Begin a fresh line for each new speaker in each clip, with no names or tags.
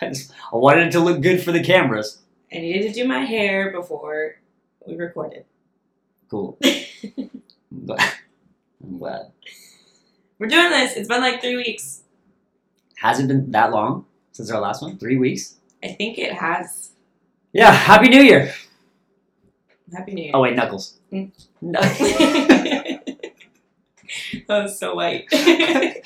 I, just, I wanted it to look good for the cameras.
I needed to do my hair before we recorded.
Cool. I'm glad. I'm glad.
We're doing this. It's been like three weeks.
Has it been that long since our last one? Three weeks?
I think it has.
Yeah, Happy New Year!
Happy New Year.
Oh, wait, Knuckles.
Mm.
Knuckles.
that was so white.
we,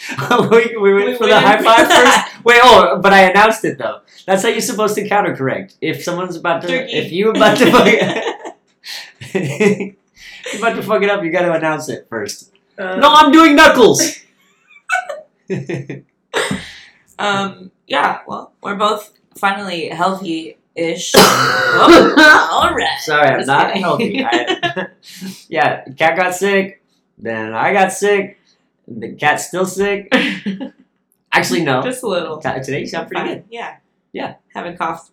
we went
We
for the
went
high
for
five
that.
first. Wait, oh, but I announced it though. That's how you're supposed to countercorrect. If someone's about to,
Turkey.
if you about to, fuck, you're about to fuck it up, you got to announce it first.
Um,
No, I'm doing knuckles.
Um. Yeah. Well, we're both finally healthy-ish. Oh,
Sorry,
all right.
I'm
Just
not
kidding.
healthy. I- yeah, cat got sick. Then I got sick. The cat's still sick. Actually, no.
Just a little.
T- Today you sound pretty good.
Fine, Yeah.
Yeah.
Haven't coughed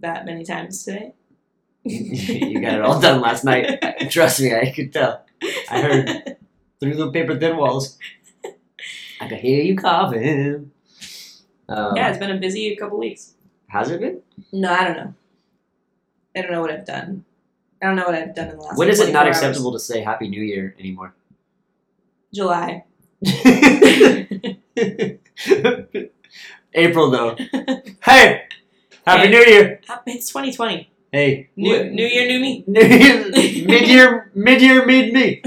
that many times today.
you got it all done last night. Trust me, I could tell. I heard through the paper thin walls. I could hear you coughing. Um,
yeah, it's been a busy couple weeks.
Has it been?
No, I don't know. I don't know what I've done. I don't know what I've done in the last.
When is it
24
not
hours.
acceptable to say Happy New Year anymore?
July.
April though. Hey, Happy
Hey.
New Year.
Ah, It's 2020.
Hey,
New New Year, new me.
New Year, mid year, mid year, mid me.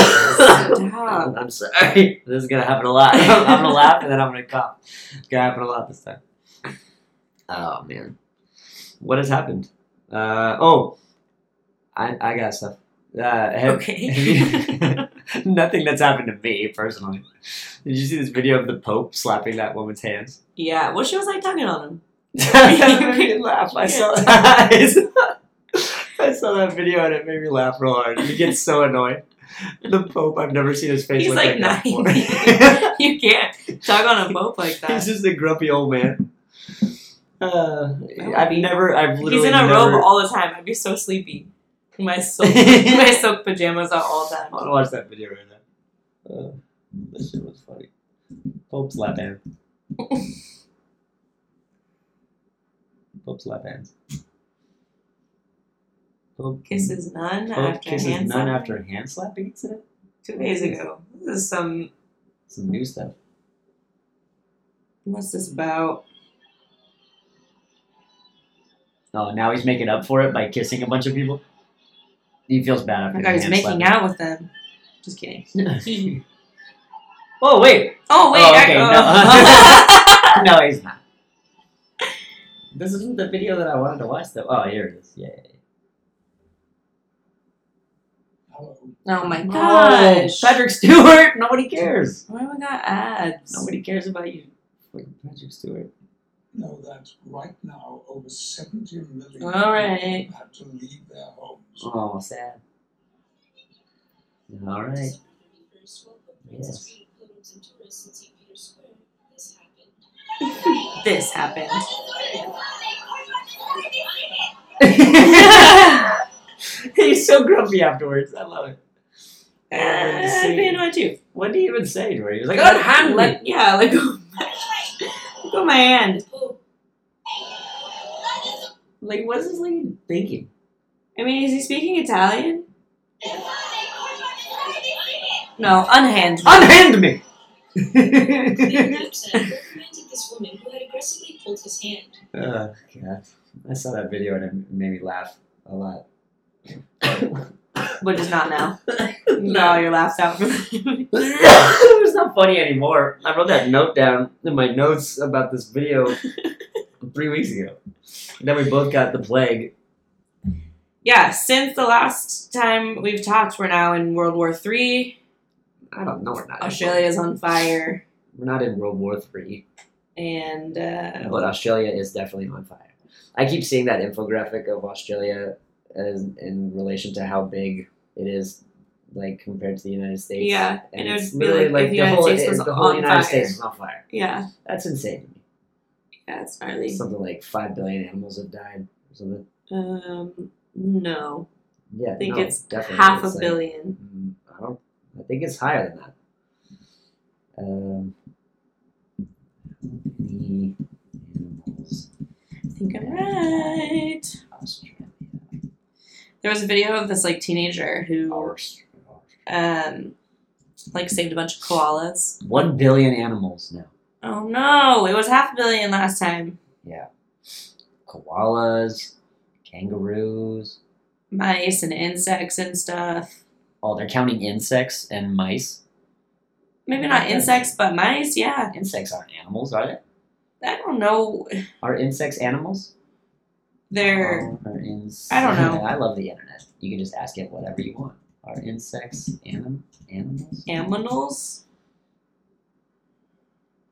Stop.
I'm sorry. This is gonna happen a lot. I'm gonna laugh and then I'm gonna cough. It's gonna happen a lot this time. Oh man, what has happened? Uh, oh, I I got stuff. Uh, have-
Okay.
have you- nothing that's happened to me personally. Did you see this video of the Pope slapping that woman's hands?
Yeah. Well, she was like tugging on him.
That made me laugh. I saw. I saw that video and it made me laugh real hard. He gets so annoyed. The Pope, I've never seen his face
He's
look
like
that before.
90. You can't tug on a boat like
He's
that.
just a grumpy old man. Uh,
would
I've
be-
never. I've
He's
literally
in a
never,
robe all the time. I'd be so sleepy. My silk, my silk pajamas are all the
I want
time.
to watch that video right now. Uh, this shit was funny. Pope's lap hands. Pope's lap hands. Pope
Kisses none
Pope
after
Oh, kisses
hand
none
sign.
after a hand slapping incident.
two days ago. This is some.
Some new stuff.
What's this about?
Oh, now he's making up for it by kissing a bunch of people. He feels bad after.
My
the
guy was
hand
making out with them. Just kidding.
slapping. oh wait,
Oh wait,
Oh,
I-
okay,
oh.
no, he's not. This isn't the video that I wanted to watch, though. Oh, here it is. Yeah.
oh my gosh!
Patrick Stewart. Nobody cares.
Why do we got ads?
Nobody cares about you. Fucking Patrick Stewart.
know that right now over 70 million
All
people
right.
have had to leave their homes.
Oh, sad. All right. Yes.
This happened.
he's so grumpy afterwards. I love it. I love it to
I'd be
see.
annoyed too.
What did he even say to her? He was like, "Unhand me."
Like, yeah, like go, go my hand.
Like, what's this lady thinking?
I mean, is he speaking Italian? No, unhand. me.
Unhand me.
this woman who had aggressively pulled his hand.
Oh god, I saw that video and it made me laugh a lot.
But just not now. no, your laughs out. That's
it was not funny anymore. I wrote that note down in my notes about this video three weeks ago. And then we both got the plague.
yeah, since the last time we've talked, we're now in World War Three.
I don't know. We're not. in-
Australia's on fire,
We're not in World War Three,
and uh,
but Australia is definitely on fire. I keep seeing that infographic of Australia as in relation to how big it is, like compared to the United States.
Yeah, and it
it's
would be
literally
like
like the
if the United
whole,
States was
the whole
on
United
fire.
States is on fire.
yeah,
That's insane to me.
yeah, it's gnarly.
Something like five billion animals have died. Or something.
Um, no,
Yeah,
I think
no,
it's
definitely.
half a
It's like-
billion.
Mm, I don't. I think think it's higher than that. Um, the animals
I think I'm right.
Australia.
There was a video of this like teenager who
Ours.
um like saved a bunch of koalas.
One billion animals now.
Oh no, it was half a billion last time.
Yeah. Koalas, kangaroos.
Mice and insects and stuff.
Oh, they're counting insects and mice.
Maybe not insects, but mice, yeah.
Insects aren't animals, are they?
I don't know.
Are insects animals?
They're
Are ins-
I don't know.
I love the internet. You can just ask it whatever you want. Are insects anim- animals?
aminals.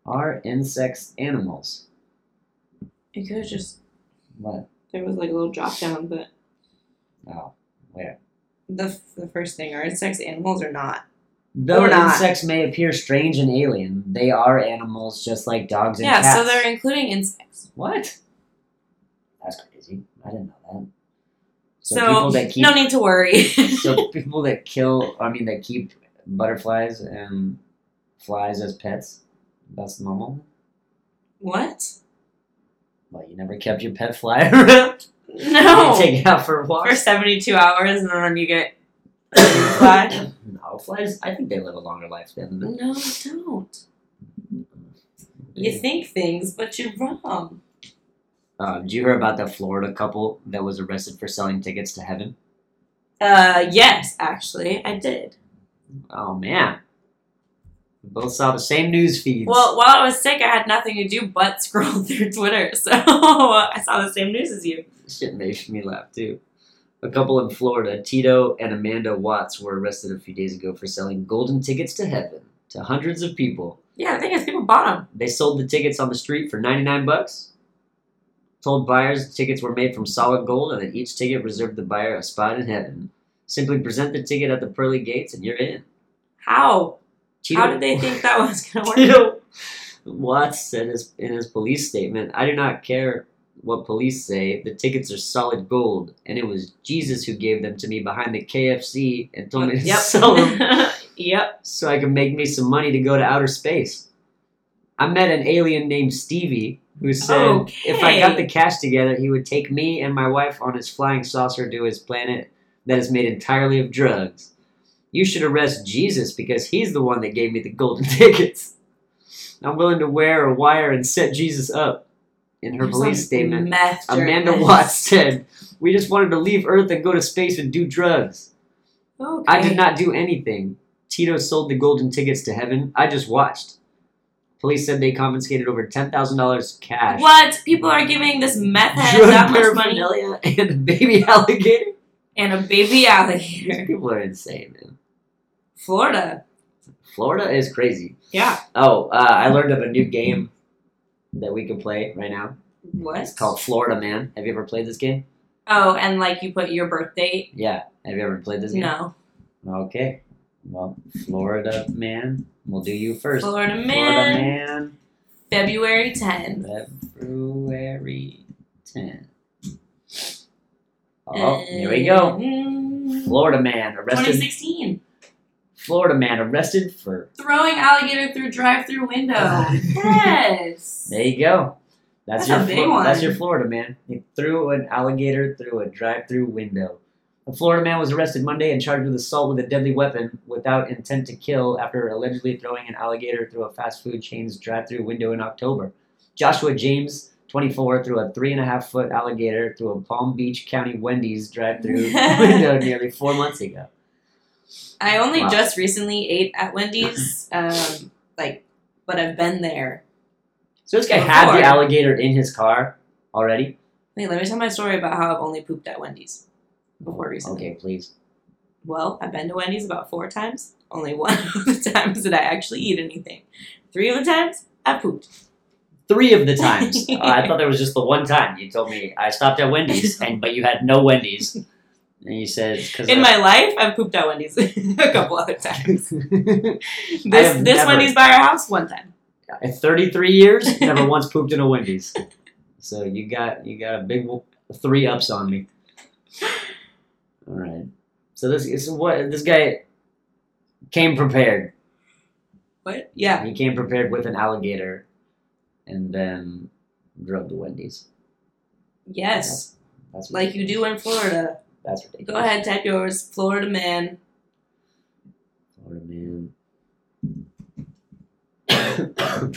Are insects animals?
It could have just
What?
there was like a little drop down, but
Oh, where?
the f- the first thing are insects animals or not?
Though
Or not.
insects may appear strange and alien, they are animals just like dogs and
yeah,
cats.
so they're including insects.
What? That's crazy. I didn't know that. So,
So,
people that keep
no need to worry.
so people that kill I mean that keep butterflies and flies as pets, that's normal.
what?
Well, you never kept your pet fly around.
No.
You take it out for a walk.
for 72 hours and then you get fly?
no, flies. I think they live a longer life than them.
no you don't you think things but you're wrong
Uh, did you hear about that Florida couple that was arrested for selling tickets to heaven?
uh yes actually i did
Oh man, we both saw the same news feeds.
well while i was sick i had nothing to do but scroll through twitter so i saw the same news as you
shit made me laugh too. A couple in Florida, Tito and Amanda Watts, were arrested a few days ago for selling golden tickets to heaven to hundreds of people.
yeah the thing is people bought them
They sold the tickets on the street for 99 bucks. Told buyers the tickets were made from solid gold and that each ticket reserved the buyer a spot in heaven. Simply present the ticket at the pearly gates and you're in.
how
Tito,
how did they think that was gonna work
Tito Watts said his, in his police statement, I do not care what police say. The tickets are solid gold, and it was Jesus who gave them to me behind the KFC and told me to
yep
sell them
yep
so I can make me some money to go to outer space. I met an alien named Stevie who said if I got the
Okay.
cash together, he would take me and my wife on his flying saucer to his planet that is made entirely of drugs. You should arrest Jesus because he's the one that gave me the golden tickets. I'm willing to wear a wire and set Jesus up. In her
There's
police
some
statement,
meth
Amanda
journalists.
Watts said, We just wanted to leave Earth and go to space and do drugs.
okay.
I did not do anything. Tito sold the golden tickets to heaven. I just watched. Police said they confiscated over ten thousand dollars cash.
what people are giving this meth head
drug
that much money
paraphernalia and a baby alligator.
and a baby alligator
People are insane, man.
Florida.
Florida is crazy.
Yeah.
Oh, uh, I learned of a new game that we can play right now.
What?
It's called Florida Man. Have you ever played this game?
Oh, and like you put your birth date.
Yeah. Have you ever played this game?
No.
Okay. Well, Florida Man. We'll do you first.
Florida man,
Florida Man.
February 10th.
February 10th. Oh, here we go.
Mm,
Florida man arrested.
2016.
Florida man arrested for.
Throwing alligator through drive-through window. yes.
There you go. That's,
That's
your
a big
Flor-
one.
That's your Florida man. He threw an alligator through a drive-through window. A Florida man was arrested Monday and charged with assault with a deadly weapon without intent to kill after allegedly throwing an alligator through a fast food chain's drive-through window in October. Joshua James, 24, threw a three and a half foot alligator through a Palm Beach County Wendy's drive-through window nearly four months ago.
I only
Wow.
just recently ate at Wendy's um like but I've been there.
So this guy had the
Before.
alligator in his car already.
Wait, let me tell my story about how I've only pooped at Wendy's before recently.
Okay, please.
Well, I've been to Wendy's about four times. Only one of the times did I actually eat anything. Three of the times, I pooped.
Three of the times. Uh, I thought there was just the one time. You told me I stopped at Wendy's, and but you had no Wendy's, and you said because
In my life, I've pooped at Wendy's a couple other times. This
have
this
never-
Wendy's by our house one time.
in 33 years never once pooped in a Wendy's. So you got you got a big w- three ups on me. All right. So this is what this guy came prepared.
What? Yeah.
He came prepared with an alligator, and then drove to Wendy's.
Yes.
That's
Like you do in Florida.
That's ridiculous.
Go ahead, type yours. Florida man.
Florida man.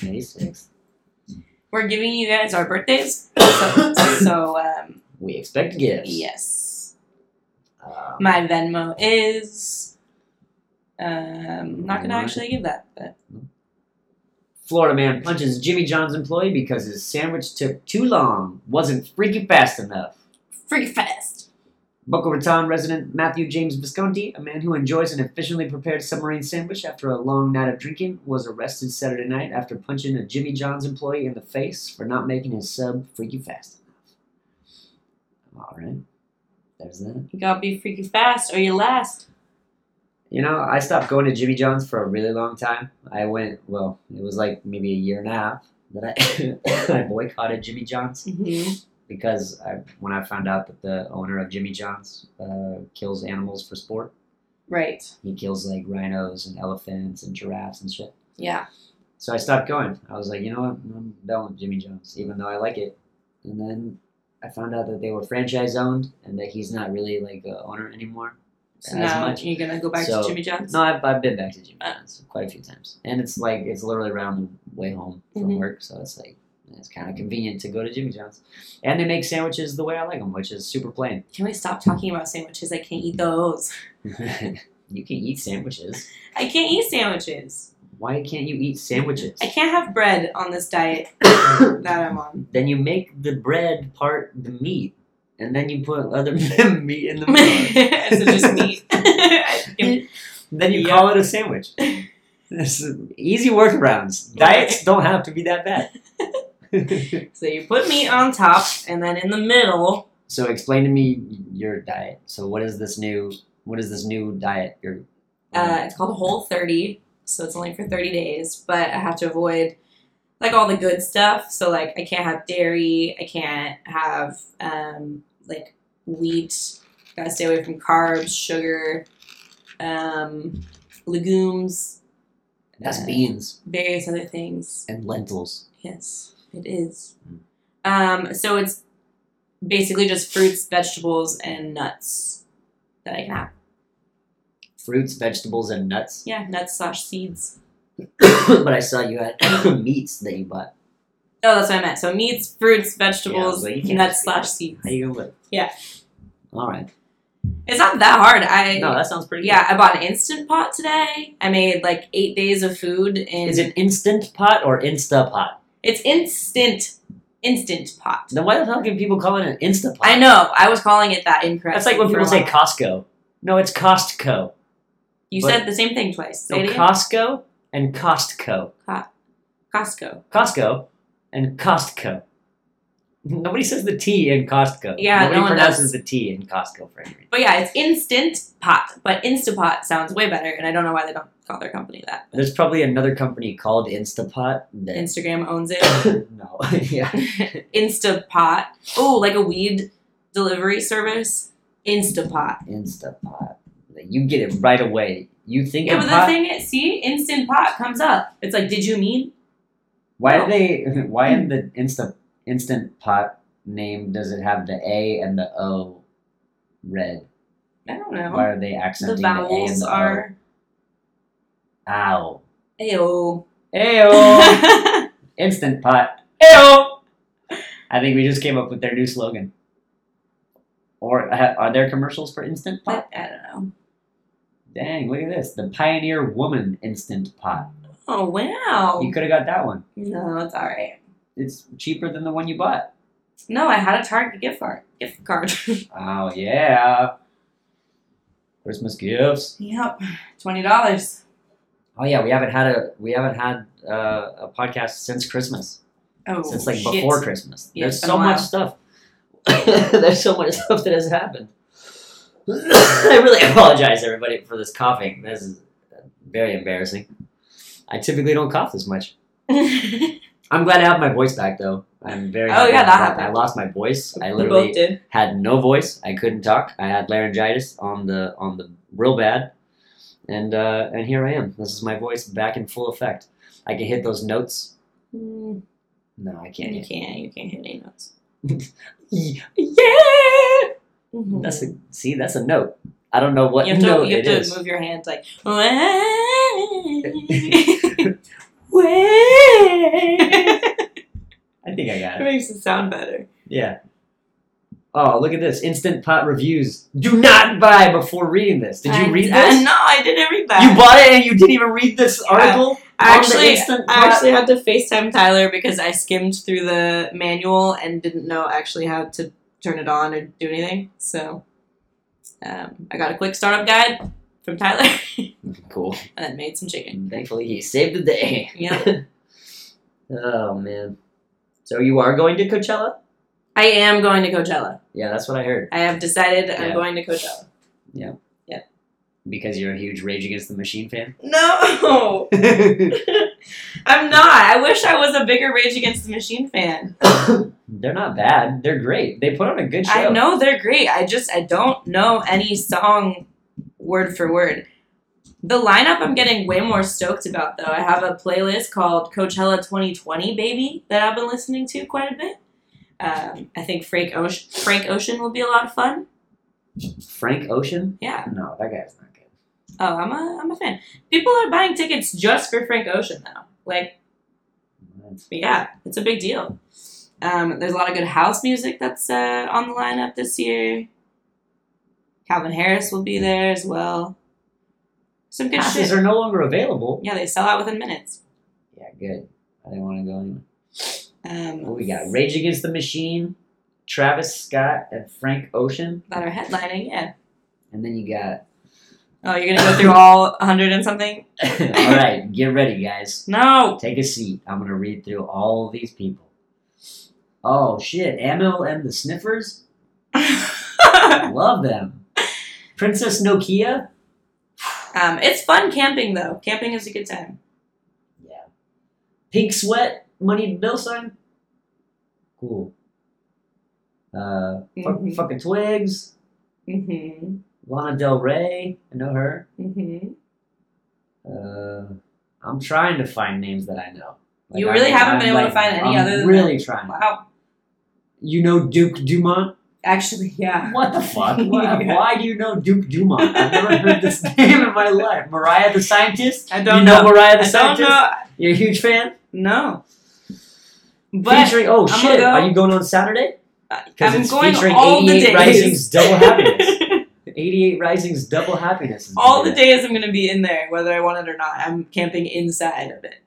May sixth.
We're giving you guys our birthdays. So, so um,
We expect gifts.
yes.
Um,
My Venmo is. Um, not gonna actually give that, but
Florida man punches Jimmy John's employee because his sandwich took too long, wasn't freaking fast enough.
freaking fast.
Boca Raton resident Matthew James Visconti, a man who enjoys an efficiently prepared submarine sandwich after a long night of drinking, was arrested Saturday night after punching a Jimmy John's employee in the face for not making his sub freaking fast enough. All right, there's that.
You gotta be freaking fast or you last.
You know, I stopped going to Jimmy John's for a really long time. I went, well, it was like maybe a year and a half that I, I boycotted Jimmy John's.
Mhm.
because I, when I found out that the owner of Jimmy John's uh, kills animals for sport,
Right.
he kills like rhinos and elephants and giraffes and shit.
Yeah.
So I stopped going. I was like, you know what, I'm done with Jimmy John's, even though I like it. And then I found out that they were franchise owned and that he's not really like the owner anymore.
So
As
now
much-
you're gonna go back
so-
to Jimmy John's.
No, I've, I've been back to Jimmy
Uh.
John's quite a few times, and it's like it's literally around the way home from
Mhm.
work, so it's like it's kind of convenient to go to Jimmy John's, and they make sandwiches the way I like them, which is super plain.
Can we stop talking about sandwiches? I can't eat those.
you can eat sandwiches.
I can't eat sandwiches.
Why can't you eat sandwiches?
I can't have bread on this diet that I'm on.
then you make the bread part the meat, and then you put other meat in the bread.
so just meat. I can-
then you call it a sandwich. This is easy workarounds. Diets don't have to be that bad.
so you put meat on top, and then in the middle,
so explain to me your diet. So what is this new? What is this new diet? Your
uh, it's called Whole 30. So it's only for 30 days, but I have to avoid like all the good stuff. So like I can't have dairy. I can't have um, like wheat. Gotta stay away from carbs, sugar, um, legumes. uh,
that's beans
various other things.
and lentils.
Yes, it is. Um, so it's basically just fruits, vegetables, and nuts that I can have.
Fruits, vegetables, and nuts.
Yeah, nuts slash seeds.
but I saw you had meats that you bought.
Oh, that's what I meant. So meats, fruits, vegetables,
Yeah, but you can't
nuts
just eat
slash
that.
seeds.
How you gonna live?
Yeah.
All right.
It's not that hard. I
No, that sounds pretty.
yeah, I bought an instant pot today. I made like eight days of food,
Good.
and
Is it instant pot or Insta pot?
it's instant, instant pot.
Then why the hell can people call it an Insta pot?
I know. I was calling it that incorrect.
That's like when people say Costco. No, it's Costco.
You
but-
said the same thing twice.
So
Say it again.
Costco and Costco.
Costco.
Costco and Costco. Nobody says the T in Costco.
Yeah,
Nobody
no one
pronounces the T in Costco for any reason.
But yeah, it's Instant Pot, but Instapot sounds way better, and I don't know why they don't call their company that.
There's probably another company called Instapot that
Instagram owns it.
no. yeah.
Instapot. Oh, like a weed delivery service. Instapot.
Instapot. You get it right away. You think
Yeah,
of
but
pot,
the thing is, see, Instant Pot comes up. It's like, did you mean?
Why
No. Hmm.
do they? Why in the insta instant pot name does it have the A and the O red?
I don't know.
Why are they
the
accenting the, A and
vowels
the
are
O? Ow!
ayo.
Ayo! instant pot. Ayo! I think we just came up with their new slogan. Or ha- are there commercials for instant pot?
But I don't know.
Dang! Look at this. The Pioneer Woman instant pot.
Oh wow.
You could have got that one.
No, it's all right.
It's cheaper than the one you bought.
No, I had a Target gift card. Gift card.
Oh yeah! Christmas gifts.
yep, twenty dollars.
Oh yeah, we haven't had a we haven't had uh, a podcast since Christmas,
Oh,
since like
shit.
before Christmas.
Yeah,
There's
it's been
so
a while.
much stuff. There's so much stuff that has happened. I really apologize, everybody, for this coughing. This is very embarrassing. I typically don't cough this much.
we
I'm glad I have my voice back, though. I'm very.
Oh,
happy
yeah,
about
that
I
happened.
lost my voice. I
both
literally
did.
had no voice. I couldn't talk. I had laryngitis on the on the real bad, and uh, and here I am. This is my voice back in full effect. I can hit those notes.
Mm,
No, I can't. E,
you
Hit.
can't. You can't hit any notes.
Yeah,
Mhm.
that's a see. That's a note. I don't know what
you have
note
to, you have
it
to
is.
move your hands like it
I think I got it.
makes it sound better
Yeah. Oh, look at this! Instant pot reviews. Do not buy before reading this. Did you
I-
read
I-
this?
no I didn't read that
You bought it and you didn't even read this article.
I
on the
actually
instant
I
pot?
actually had to FaceTime Tyler because I skimmed through the manual and didn't know actually how to turn it on or do anything so um, I got a quick startup guide from Tyler
Cool.
and then made some chicken
And thankfully, he saved the day.
yeah
Oh man. So you are going to Coachella?
I am going to Coachella
Yeah, that's what I heard.
I have decided I'm
Yeah.
going to Coachella
Because you're a huge Rage Against the Machine fan.
No, I'm not. I wish I was a bigger Rage Against the Machine fan.
They're not bad. They're great. They put on a good show.
I know they're great. I just I don't know any song word for word. The lineup I'm getting way more stoked about though. I have a playlist called Coachella 2020 Baby that I've been listening to quite a bit. Um, I think Frank Ocean, Frank Ocean will be a lot of fun.
Frank Ocean?
Yeah.
No, that guy's not good.
Oh, I'm a I'm a fan. People are buying tickets just for Frank Ocean though. Like But yeah, it's a big deal. Um, there's a lot of good house music that's uh, on the lineup this year. Calvin Harris will be there as well. Some good
Passes
shit.
are no longer available.
yeah, they sell out within minutes.
Yeah, good. I didn't want to go anywhere.
Um,
What we got? Rage Against the Machine, Travis Scott, and Frank Ocean.
that are headlining. Yeah.
And then you got.
Oh, you're gonna go through all 100 and something?
All right, get ready, guys.
No.
Take a seat. I'm gonna read through all these people. Oh shit! Amil and the Sniffers.
um,
Love them. Princess Nokia.
Um, it's fun camping though. Camping is a good time.
Yeah. Pink Sweat. Money Bill sign. Cool. Uh, fu-
Mhm.
fucking Twigs.
Mm-hmm.
Lana Del Rey. I know her.
Mm-hmm.
Uh, I'm trying to find names that I know.
You really haven't been able to find any
I'm
other than
really trying.
Wow.
You know Duke Dumont?
Actually, yeah.
What the fuck?
Yeah.
Why, why do you know Duke Dumont? I've never heard this name in my life. Mariah the Scientist?
I don't
you know, Mariah the
I don't
Scientist?
know.
You're a huge fan?
No. But
featuring, oh
gonna
shit,
go-
are you going on Saturday? Because
I'm
it's
going
featuring
all the
88
days.
Rising's Double Happiness. 88 Rising's Double Happiness. is
all the
gonna
days I'm gonna be in there, whether I want it or not. I'm camping inside of it.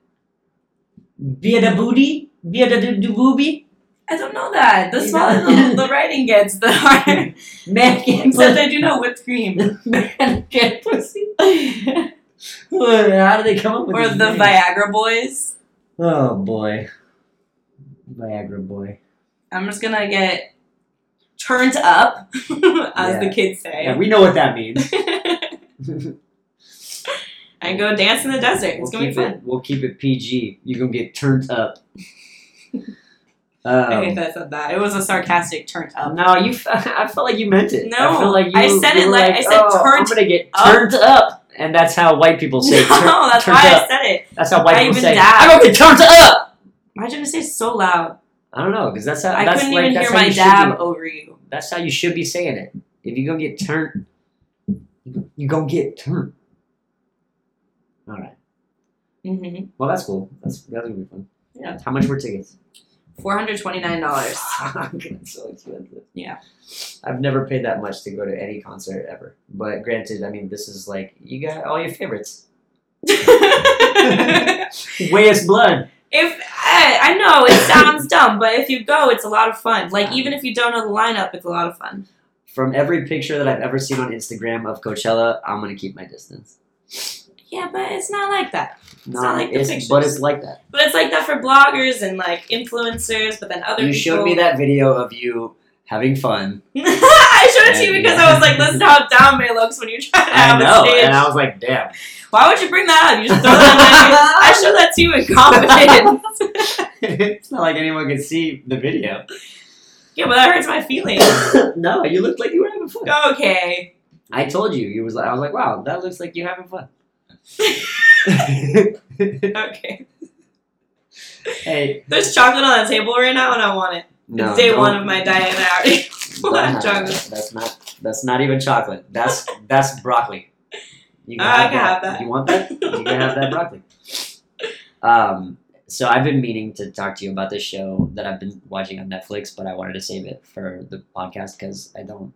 be Bia da booty? Bia da do booby?
I don't know that. The
You
smaller
know?
the, the writing gets, the harder.
Man can't
Except I do know whipped cream
Man can't pussy.
or
How do they come up with these
the
names?
Viagra Boys.
Oh boy, Viagra boy.
I'm just gonna get turned up, as
Yeah.
the kids
Yeah,
say,
we know what that means.
and go dance in the desert.
we'll
It's gonna be
keep
fun.
It, we'll keep it PG. You're gonna get turned up. Um,
I hate that I said that. It was a sarcastic turned up.
No, you. f- I felt like you meant it. I
No,
felt like you,
I said
you
it
were
like- I said
"Oh, I'm
turned
gonna get
up."
turned up, and that's how white people say.
no,
turn-
that's
turned
why
up.
I said it.
That's how white
I
people
even
say.
dabbed.
I'm gonna get turned up.
Why did I say it so loud?
I don't know, because that's how.
I
that's
couldn't
like,
even
that's
hear
how
my
you should
dab over you.
be- that's how you should be saying it. If you gonna get turned, you gonna get turned. All right.
hmm
Well, that's cool. That's that's gonna be fun.
Yeah. Oh,
How much were tickets?
Four hundred twenty-nine dollars.
Fuck, it's so expensive.
Yeah.
I've never paid that much to go to any concert ever. But granted, I mean, this is like you got all your favorites.
if
Way as blood.
I, eh, I know it sounds dumb, but if you go, it's a lot of fun. Like even if you don't know the lineup, it's a lot of fun.
From every picture that I've ever seen on Instagram of Coachella, I'm gonna keep my distance.
Yeah, but it's not like that.
No,
not like the
it's, but
pictures.
it's like that.
But it's like that for bloggers and like influencers. But then other
you
people.
showed me that video of you having fun.
I showed it to you
And-
because I was like, "This is how dumb it looks when you try to have
I know,
a stage."
and I was like, damn.
Why would you bring that up? You just throw that. in there. I showed that to you in confidence.
it's not like anyone could see the video.
yeah, but that hurts my feelings.
no, you looked like you were having fun.
Okay.
I told you. You was like, I was like, wow, that looks like you're having fun.
Okay.
hey,
There's chocolate on that table right now, and I want it.
no.
it's day
don't-
one of my diet, and I already
don't
want
have
chocolate.
that. That's not. That's not even chocolate. That's that's broccoli. You
I can have that.
You want that? You can have that broccoli. Um. So I've been meaning to talk to you about this show that I've been watching on Netflix, but I wanted to save it for the podcast because I don't.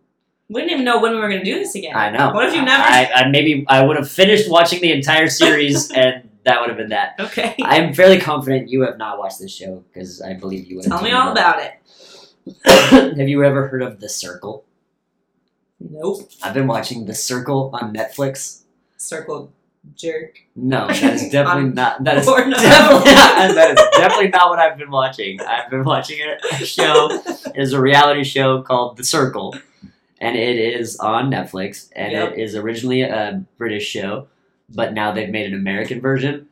We didn't even know when we were going to do this again.
I know.
What if you never-
I, I maybe I would have finished watching the entire series, and that would have been that.
okay.
I'm fairly confident you have not watched this show because I believe you would. have
Tell me
told
all about it.
that. have you ever heard of The Circle?
Nope.
I've been watching The Circle on Netflix.
Circle jerk.
No, that is definitely
On
not. That is
porno.
definitely not, that is definitely not what I've been watching. I've been watching a, a show. It is a reality show called The Circle, and it is on Netflix. And
Yep.
it is originally a British show, but now they've made an American version.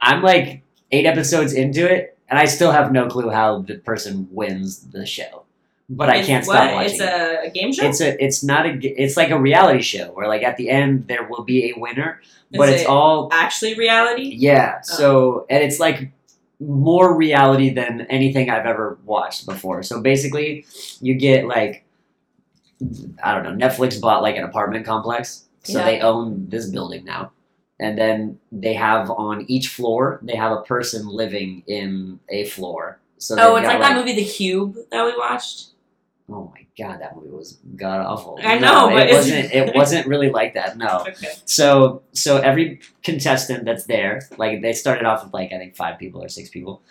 I'm like eight episodes into it, and I still have no clue how the person wins the show. But I
It's
can't
what?
stop watching.
It's
it
a game show?
it's a it's not a g- it's like a reality show where like at the end there will be a winner but
Is
it's
it-
all
Actually, reality?
yeah so and it's like more reality than anything i've ever watched before so basically you get like i don't know netflix bought like an apartment complex so
Yeah.
they own this building now and then they have on each floor they have a person living in a floor so
Oh,
they've
it's
got,
like that movie The Cube that we watched.
Oh my god, that movie was god awful.
I
No,
know, but
it
it's-
wasn't. It wasn't really like that. No.
Okay.
So so every contestant that's there, like they started off with like I think five people or six people,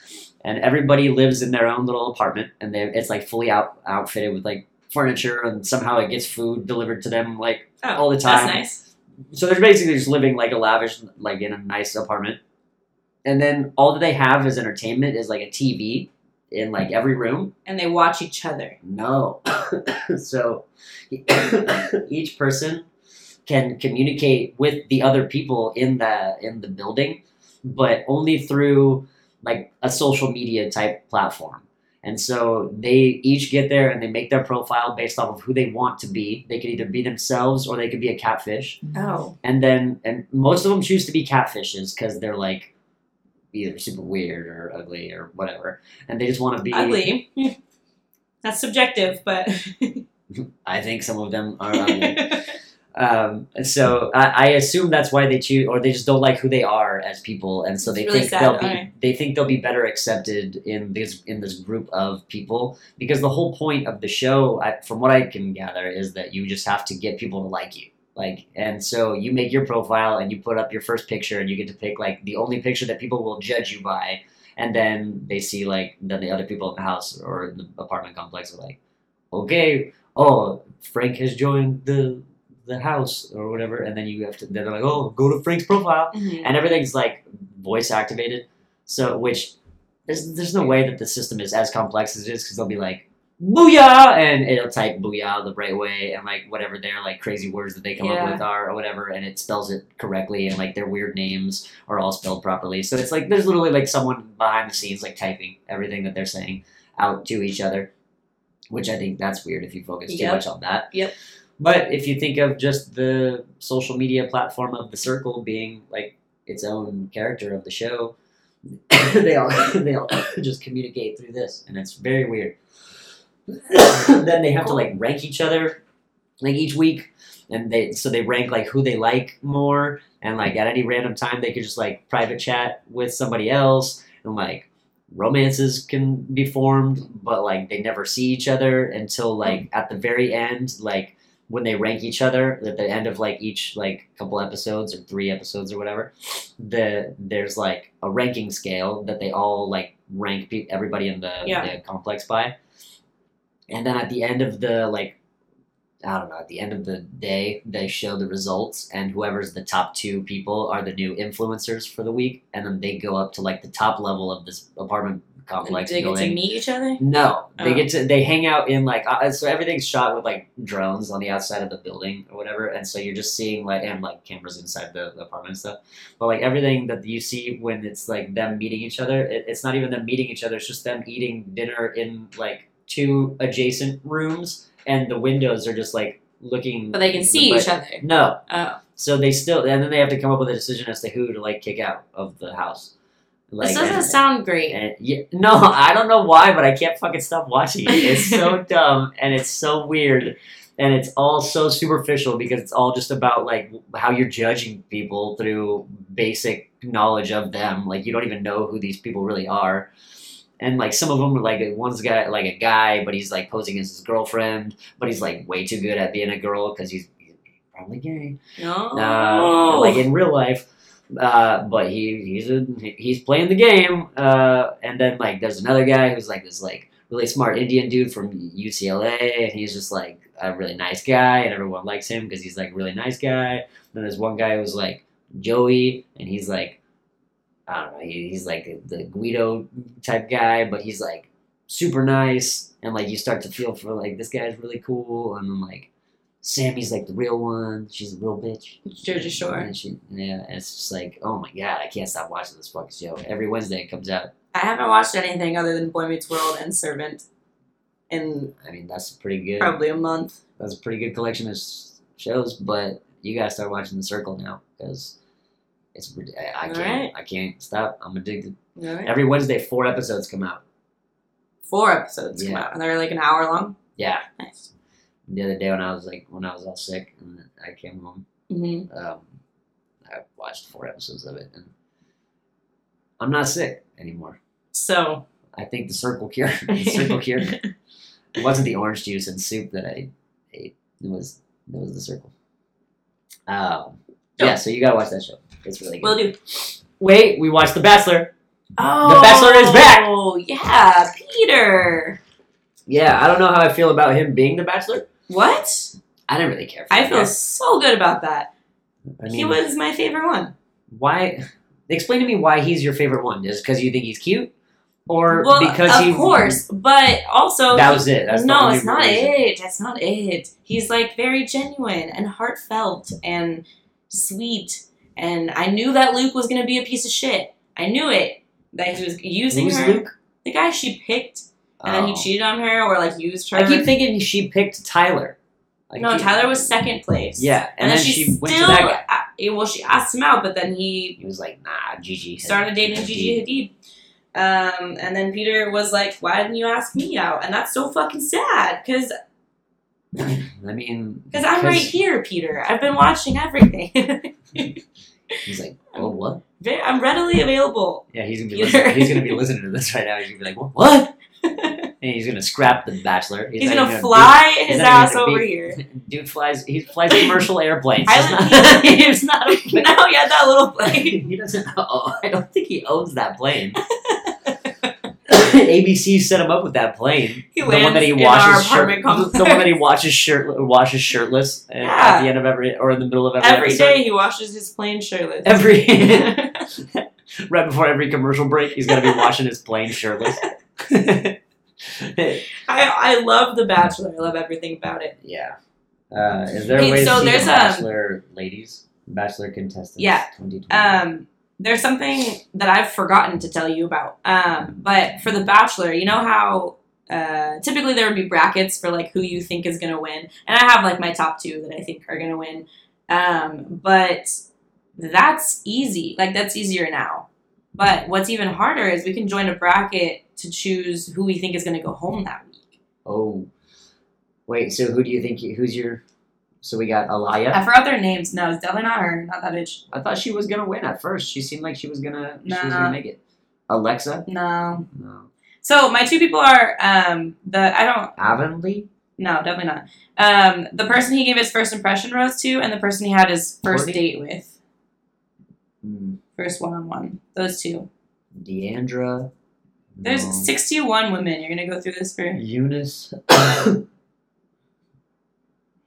and everybody lives in their own little apartment, and they it's like fully out outfitted with like furniture, and somehow it gets food delivered to them like
Oh,
All the time.
That's nice.
so they're basically just living like a lavish like in a nice apartment and then all that they have as entertainment is like a tv in like every room
And they watch each other.
no so each person can communicate with the other people in the in the building but only through like a social media type platform and so they each get there and they make their profile based off of who they want to be they can either be themselves or they could be a catfish
Oh.
and then and most of them choose to be catfishes because they're like either super weird or ugly or whatever and they just want to be
Ugly. That's subjective, but.
i think some of them are ugly um, and so I, I assume that's why they choose or they just don't like who they are as people and so
It's
they
really
think
sad,
they'll be
alright.
they think they'll be better accepted in this in this group of people because the whole point of the show I, from what i can gather is that you just have to get people to like you like and so you make your profile and you put up your first picture and you get to pick like the only picture that people will judge you by and then they see like then the other people in the house or in the apartment complex are like okay oh frank has joined the the house or whatever and then you have to then they're like oh go to frank's profile
Mhm.
and everything's like voice activated. So, which there's there's no way that the system is as complex as it is because they'll be like booyah and it'll type booyah the right way and like whatever their like crazy words that they come up
Yeah.
with are or whatever and it spells it correctly and like their weird names are all spelled properly. So it's like there's literally like someone behind the scenes like typing everything that they're saying out to each other, which I think that's weird if you focus too
Yep.
much on that.
Yep.
But if you think of just the social media platform of the circle being like its own character of the show, they all they all just communicate through this, and it's very weird. then they have to like rank each other, like each week, and they so they rank like who they like more, and like at any random time they could just like private chat with somebody else, and like romances can be formed, but like they never see each other until like at the very end, like when they rank each other at the end of like each like couple episodes or three episodes or whatever the there's like a ranking scale that they all like rank pe- everybody in the,
Yeah.
the complex by and then at the end of the like i don't know at the end of the day they show the results and whoever's the top two people are the new influencers for the week and then they go up to like the top level of this apartment complex
Do they get
building
to meet each other?
no, they
Oh.
get to they hang out in like uh, so everything's shot with like drones on the outside of the building or whatever, and so you're just seeing like and like cameras inside the, the apartment and stuff. But like everything that you see when it's like them meeting each other, it, it's not even them meeting each other. It's just them eating dinner in like two adjacent rooms, and the windows are just like looking.
But they can see
but-
each other.
No,
Oh,
so they still, and then they have to come up with a decision as to who to like kick out of the house. Like,
this doesn't
and-
sound great.
and- yeah, no, I don't know why, but I can't fucking stop watching it. It's so dumb and it's so weird and it's all so superficial because it's all just about like how you're judging people through basic knowledge of them. Like you don't even know who these people really are. And like some of them are like one's got like a guy, but he's like posing as his girlfriend, but he's like way too good at being a girl because he's probably gay
No,
uh, like in real life. Uh, but he he's a, he's playing the game. Uh, and then like there's another guy who's like this like really smart Indian dude from UCLA, and he's just like a really nice guy, and everyone likes him because he's like a really nice guy. Then there's one guy who's like Joey, and he's like I don't know, he, he's like the Guido type guy, but he's like super nice, and like you start to feel for like this guy's really cool, and then like Sammy's like the real one, she's a real bitch.
Jersey Shore.
And she, yeah, and it's just like, oh my god, I can't stop watching this fucking show. Every Wednesday it comes out.
I haven't watched anything other than Boy Meets World and Servant in
I mean, that's a pretty good.
probably a month.
That's a pretty good collection of s- shows, but you gotta start watching The Circle now because it's. rid- I, I
All
can't. I can't stop. I'm addicted.
All right.
Every Wednesday, four episodes come out.
Four episodes come
Yeah.
out, and they're like an hour long.
Yeah.
Nice.
The other day when I was like when I was all sick and I came home,
Mm-hmm.
um, I watched four episodes of it, and I'm not sick anymore.
So
I think the circle cure. the circle cure. It wasn't the orange juice and soup that I ate. It was it was the circle. Um, yeah, so you gotta watch that show. It's really good.
we'll do.
Wait, we watched The Bachelor.
Oh,
Bachelor is back!
Oh yeah, Peter.
Yeah, I don't know how I feel about him being The Bachelor.
What?
I didn't really care. For
I
the
feel
Bachelor.
so good about that.
I
he
mean,
was my favorite one.
why? Explain to me why he's your favorite one. Is because you think he's cute, or
Well,
because
of
he?
course, but also
That
he-
was it. That's the
no,
only
it's not
reason.
it. That's not it. He's like very genuine and heartfelt and sweet. And I knew that Luke was gonna be a piece of shit. I knew it. That he was using
Who's
her.
Luke?
The guy she picked, and then he
Oh.
cheated on her or like used her.
I keep thinking she picked Tyler. Like,
no,
he-
Tyler was second place.
Yeah,
and, then, she, still.
went to that guy.
a- well, she asked him out, but then he
He was like, nah, Gigi.
started dating Gigi Hadid. Um, and then Peter was like, "Why didn't you ask me out?" And that's so fucking sad because
I mean,
Because I'm right here, Peter. I've been watching everything.
He's like, oh, what?
Ve- I'm readily available.
Yeah, he's gonna be
Peter.
listening, he's gonna be listening to this right now. He's gonna be like, what? what? and he's gonna scrap the Bachelor.
He's,
not
gonna,
even
fly
he's
his
not even
ass
gonna
over
be-
here.
do- Dude flies. He flies commercial airplanes.
I
He's
would-
not. he's not.
no, yeah, that little plane.
he doesn't. Oh, I don't think he owns that plane. ABC set him up with that plane.
He
the
lands
one that he
in
washes
our
shirt-
apartment
the, the one that he washes shirt washes shirtless at- at the end of every or in the middle of every
Every
episode.
day he washes his plane shirtless.
Every right before every commercial break, he's gonna be washing his plane shirtless.
I, I love The Bachelor. I love everything about it.
yeah. Uh, is there a
Wait,
way
so
to see
there's,
the
um,
Bachelor ladies, Bachelor contestants?
Yeah,
2020?
Um, there's something that I've forgotten to tell you about. Um, but for The Bachelor, you know how uh, typically there would be brackets for like who you think is gonna win, and I have like my top two that I think are gonna win. Um, but that's easy. Like that's easier now. But what's even harder is we can join a bracket to choose who we think is gonna go home that week.
oh, wait. So who do you think? Who's your? So we got Alaya.
I forgot their names. No, it's definitely not her. Not that bitch.
I thought she was gonna win at first. She seemed like she was gonna. She was
Nah.
gonna make it. Alexa.
No.
No.
So my two people are um the I don't
Avonlea.
No, definitely not. Um, the person he gave his first impression rose to, and the person he had his first
Courtney?
date with,
Mm,
first one on one. Those two.
Deandra.
There's
No.
61 women. You're gonna go through this for.
Eunice.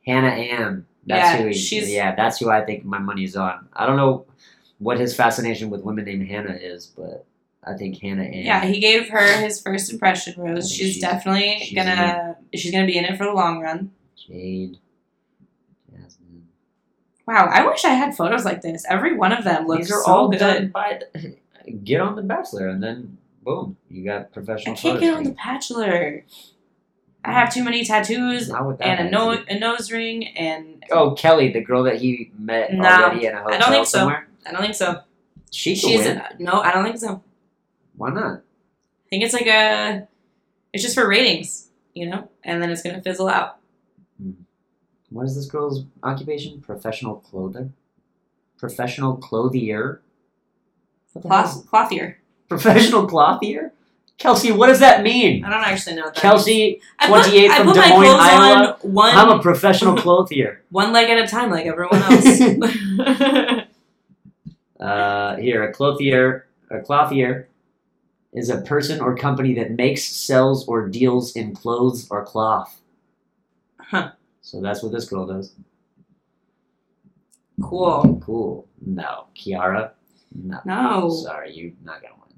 Hannah Ann. That's
Yeah,
who he,
she's-
yeah, that's who I think my money's on. I don't know what his fascination with women named Hannah is, but I think Hannah Ann.
Yeah, he gave her his first impression rose.
I think
She's,
she's-
definitely
she's
gonna. She's gonna be in it for the long run.
Jade. Jasmine.
Wow, I wish I had photos like this. Every one of them looks
These are
so
all
good.
done by. The, get on the Bachelor and then boom, you got
I
professional. photos
can't get on
taken.
the Bachelor. I have too many tattoos
Not with that
and a,
attitude.
no- a nose ring, and
Oh, Kelly, the girl that he met
No,
already in a hotel
I don't think so.
somewhere.
I don't think so.
She could
She's
win.
no, I don't think so.
Why not?
I think it's like a, it's just for ratings, you know, and then it's gonna fizzle out.
What is this girl's occupation? Professional clother? Professional clothier? What the hell?
Cloth, clothier.
Professional clothier? Kelsey, what does that mean?
I don't actually know. What that means.
Kelsey,
I put,
28
I
from
put my
Des Moines,
clothes
Iowa.
on one
I'm a professional clothier.
one leg at a time, like everyone else.
Uh, here, a clothier, a clothier is a person or company that makes, sells, or deals in clothes or cloth.
Huh.
So that's what this girl does.
cool.
Cool. No, Kiara. No.
No,
Sorry, you're not gonna win.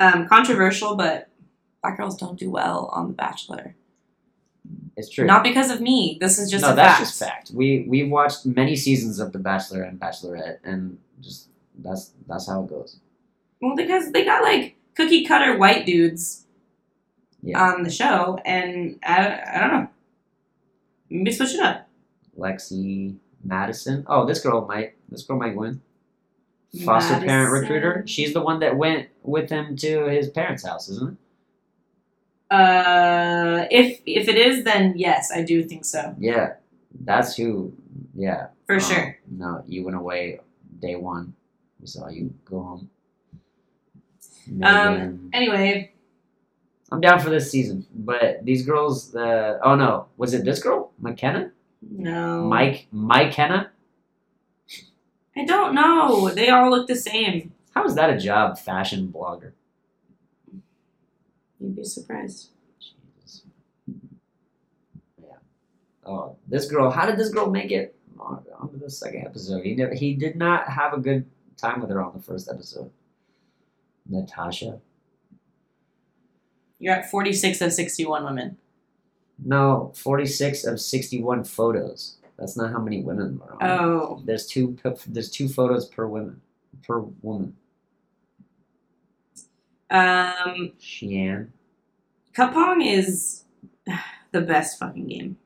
um, controversial, but black girls don't do well on The Bachelor.
It's true.
Not because of me. This is just
no,
a
that's
fact.
just fact. We we've watched many seasons of The Bachelor and Bachelorette, and just that's that's how it goes.
Well, because they got like cookie cutter white dudes
Yeah.
on the show, and I, I don't know. Maybe switch it up.
Lexi Madison. Oh, this girl might. This girl might win. Foster parent
Madison.
recruiter. She's the one that went with him to his parents' house, isn't it?
Uh, if if it is, then yes, I do think so
Yeah, that's who. Yeah,
for
um,
sure.
No, you went away day one. We saw you go home.
Um,
Megan.
Anyway,
I'm down for this season, but these girls. The oh no, was it this girl McKenna?
no,
Mike Mike Kenna.
I don't know. They all look the same.
How is that a job, fashion blogger?
You'd be surprised.
Jesus. Yeah. Oh, this girl. How did this girl make it on, onto the second episode? He never. He did not have a good time with her on the first episode. Natasha.
You're at 46 of 61 women.
No, forty-six of sixty-one photos. That's not how many women were on.
Oh,
There's two. p- There's two photos per woman. Per woman.
um,
Shean.
cup pong is the best fucking game.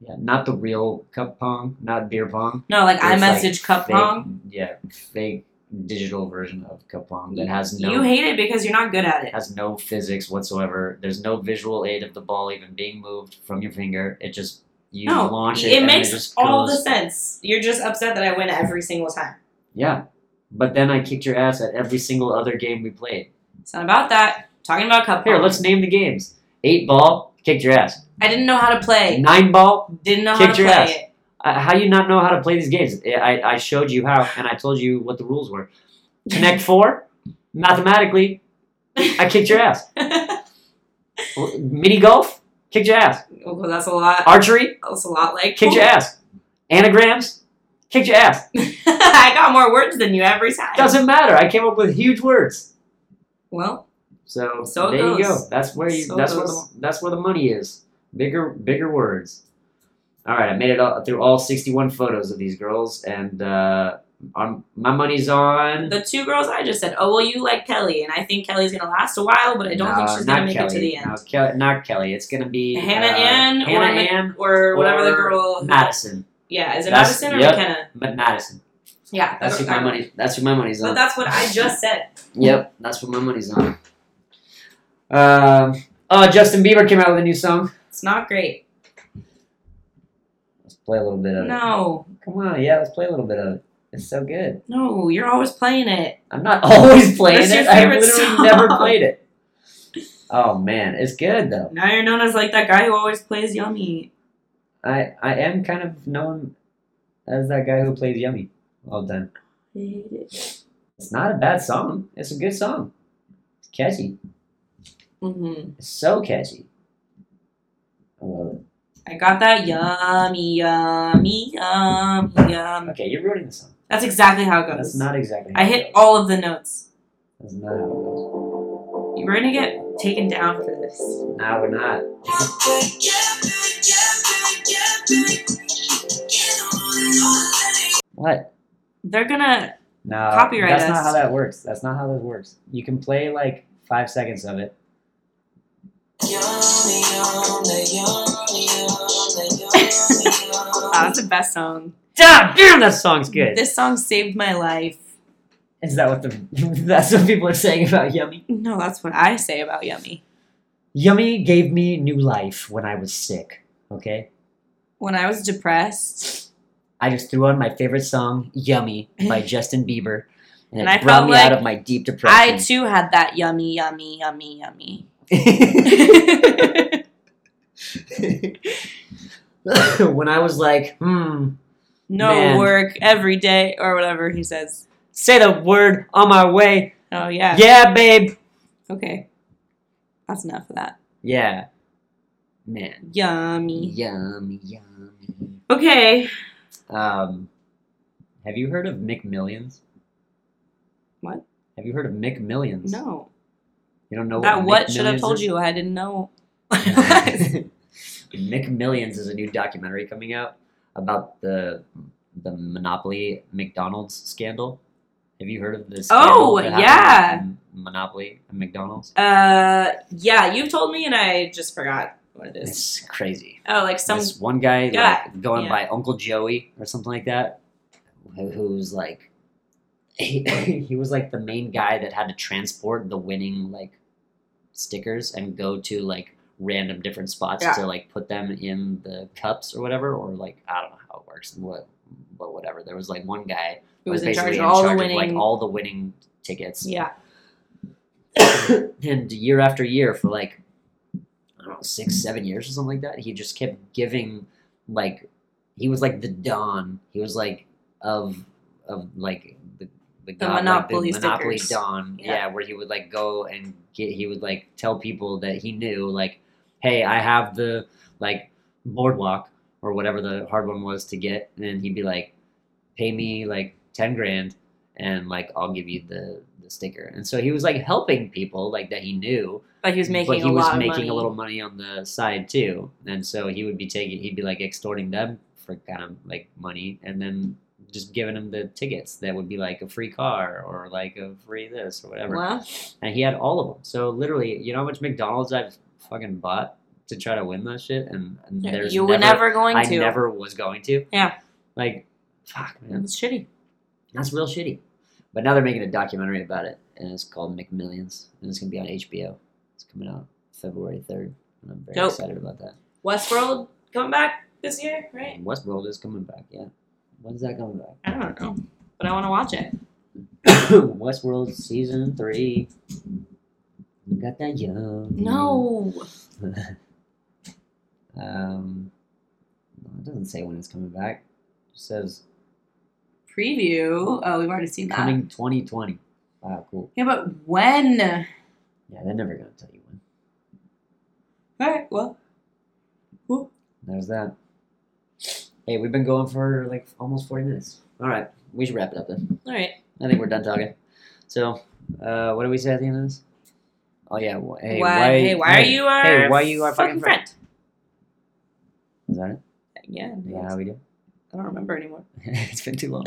Yeah, not the real cup pong, not beer pong.
No, like I
It's like
message cup
fake-
pong.
Yeah, fake digital version of Capong that has no
You hate it because you're not good at it.
has no physics whatsoever. There's no visual aid of the ball even being moved from your finger. It just you
No,
launch it.
It
and
makes
it just
all
goes,
the sense. You're just upset that I win every single time.
Yeah, but then I kicked your ass at every single other game we played.
It's not about that. Talking about cup
Here,
pong.
let's name the games. Eight ball, kicked your ass.
I didn't know how to play.
Nine ball.
Didn't know how to
Kicked
play
your ass.
it.
Uh, how you not know how to play these games? I, I showed you how, and I told you what the rules were. Connect four. Mathematically, I kicked your ass. Mini golf, kicked your ass.
okay, that's a lot.
Archery,
That's a lot like.
kicked your ass. Anagrams, kicked your ass.
I got more words than you every time.
Doesn't matter. I came up with huge words.
well,
So,
So it
there you go.
goes.
That's where you.
So it
that's where the,
goes.
that's where the money is. Bigger bigger words. All right, I made it all, through all sixty-one photos of these girls, and uh, on, my money's on.
the two girls I just said, oh well, you like Kelly, and I think Kelly's gonna last a while, but I don't think
No,
she's gonna
not
make it to
Kelly.
the end.
No, Kelly, not Kelly. It's gonna be
Hannah
uh,
Ann or Oh,
Hannah
Mc-
Ann
Or whatever the
or
girl.
Madison,
Yeah, is it
That's-
Madison or
yep.
McKenna?
but Madison.
Yeah,
That's
what
what my money. That's what my money's
But
on.
that's what I just said.
Yep, that's what my money's on. Um, oh, Justin Bieber came out with a new song.
It's not great.
Let's play a little bit of
No,
it. Come on, yeah, let's play a little bit of it. It's so good.
no, you're always playing it.
I'm not always playing
That's your
it. I
favorite
literally
song.
never played it. Oh man, it's good though.
Now you're known as like that guy who always plays yummy.
I I am kind of known as that guy who plays Yummy all the time.
I hate it.
It's not a bad song. It's a good song. It's catchy.
hmm
It's so catchy. I love it.
I got that yummy, yummy, yum, yum.
Okay, you're ruining the song.
That's exactly how it goes.
That's not exactly.
I
how it
hit
goes.
all of the notes.
That's not how it goes.
We're gonna get taken down for this.
No, we're not. What?
They're gonna.
No.
Copyright
That's not
us.
how that works. That's not how this works. You can play like five seconds of it,
Wow, oh, that's the best song.
Damn, damn, that song's good.
This song saved my life.
Is that what the that's what people are saying about Yummy?
No, that's what I say about Yummy.
Yummy gave me new life when I was sick. Okay,
When I was depressed,
I just threw on my favorite song, Yummy, by Justin Bieber, and, it
And I
brought
felt
me out
like
of my deep
I
depression.
too had that yummy, yummy, yummy, yummy.
when I was like, hmm,
no
Man.
work every day or whatever he says.
say the word on my way.
Oh yeah.
Yeah, babe.
Okay. That's enough of that.
Yeah. Man.
Yummy.
Yummy, yummy.
Okay.
Um, have you heard of McMillions?
What?
Have you heard of McMillions?
No.
You don't know
That
what
what should have
McMillions
told
is?
you I didn't know.
McMillions is a new documentary coming out about the the Monopoly McDonald's scandal. Have you heard of this?
Oh, yeah.
Monopoly and McDonald's.
Uh yeah, you've told me and I just forgot what it is.
It's crazy.
Oh, like some
this one guy
guy,
like, going
yeah.
by Uncle Joey or something like that, who, who was like, he, he was like the main guy that had to transport the winning like stickers and go to like random different spots
Yeah.
to like put them in the cups or whatever, or like I don't know how it works, what but whatever. There was like one guy
who was in charge
basically
of all the
charge
winning.
like all the winning tickets
yeah.
and year after year for like I don't know six seven years or something like that. He just kept giving like he was like the don. He was like of of like the the, god, like,
Monopoly
the monopoly
stickers.
don.
Yeah.
Yeah. where he would like go and get. He would like tell people that he knew like, hey, I have the like boardwalk or whatever the hard one was to get, and then he'd be like, pay me like ten grand and like I'll give you the the sticker. And so he was like helping people like that he knew,
Like he was making
but he
a
was
lot
making
of money.
a little money on the side too. And so he would be taking he'd be like extorting them for kind of like money and then just giving them the tickets that would be like a free car or like a free this or whatever.
Wow.
And he had all of them. So literally, you know how much McDonald's I've fucking bought to try to win that shit and, and there's
you were never going
I
to.
never was going to.
Yeah.
Like fuck man.
It's shitty.
That's real shitty. But now they're making a documentary about it, and it's called McMillions, and it's gonna be on HBO. It's coming out February third, and I'm very
Dope.
excited about that.
Westworld coming back this year, right?
And Westworld is coming back, yeah. When's that coming back?
I don't know, but I want to watch it.
Westworld season three. You Got that young.
No,
Um, well, it doesn't say when it's coming back. It says
preview. Oh, we've already seen that.
coming 2020. Wow, cool.
Yeah, but when? All
Yeah, they're never gonna tell you when.
right. Well,
There's that. Hey, we've been going for like almost 40 minutes. All right, we should wrap it up then.
all right.
I think we're done talking. So, uh, what do we say at the end of this? Oh yeah, wh- hey,
why,
why?
hey, why are you our?
Hey, why you our fucking friend? Is that it?
Yeah. I
Is
think
that how
it's-
we do?
I don't remember anymore.
it's been too long.